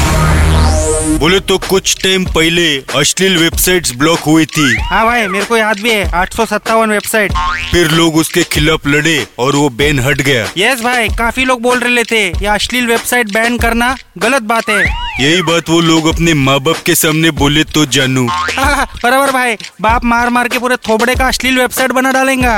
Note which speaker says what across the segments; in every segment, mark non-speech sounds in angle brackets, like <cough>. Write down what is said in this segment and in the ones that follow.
Speaker 1: बोले तो कुछ टाइम पहले अश्लील वेबसाइट्स ब्लॉक हुई थी
Speaker 2: हाँ भाई मेरे को याद भी है आठ सौ सत्तावन वेबसाइट
Speaker 1: फिर लोग उसके खिलाफ लड़े और वो बैन हट गया
Speaker 2: यस भाई काफी लोग बोल रहे थे ये अश्लील वेबसाइट बैन करना गलत बात है
Speaker 1: यही बात वो लोग अपने माँ बाप के सामने बोले तो जानू
Speaker 2: हाँ, बराबर भाई बाप मार मार के पूरे थोबड़े का अश्लील वेबसाइट बना डालेगा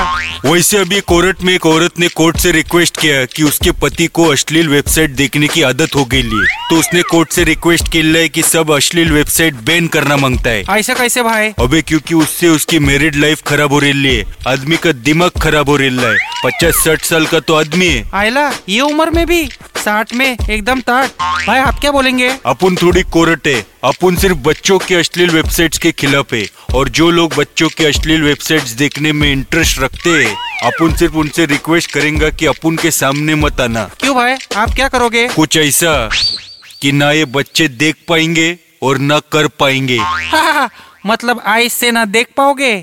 Speaker 1: वैसे अभी कोर्ट में एक औरत ने कोर्ट से रिक्वेस्ट किया कि उसके पति को अश्लील वेबसाइट देखने की आदत हो गई ली तो उसने कोर्ट से रिक्वेस्ट किया है कि सब अश्लील वेबसाइट बैन करना मांगता है
Speaker 2: ऐसा कैसे भाई
Speaker 1: अबे क्योंकि उससे उसकी मैरिड लाइफ खराब हो रही है आदमी का दिमाग खराब हो रहा है पचास साठ साल का तो आदमी है
Speaker 2: आयला ये उम्र में भी साठ में एकदम ताट भाई आप क्या बोलेंगे
Speaker 1: अपन थोड़ी कोरट है अपन सिर्फ बच्चों के अश्लील वेबसाइट्स के खिलाफ है और जो लोग बच्चों के अश्लील वेबसाइट्स देखने में इंटरेस्ट रखते हैं अपन सिर्फ उनसे रिक्वेस्ट करेंगे कि अपन के सामने मत आना
Speaker 2: क्यों भाई आप क्या करोगे <laughs>
Speaker 1: कुछ ऐसा कि ना ये बच्चे देख पाएंगे और ना कर पाएंगे
Speaker 2: हाँ, मतलब आइस से ना देख पाओगे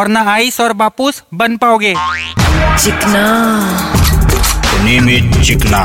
Speaker 2: और ना आइस और बापूस बन पाओगे
Speaker 3: चिकना
Speaker 4: द नेम इज चिकना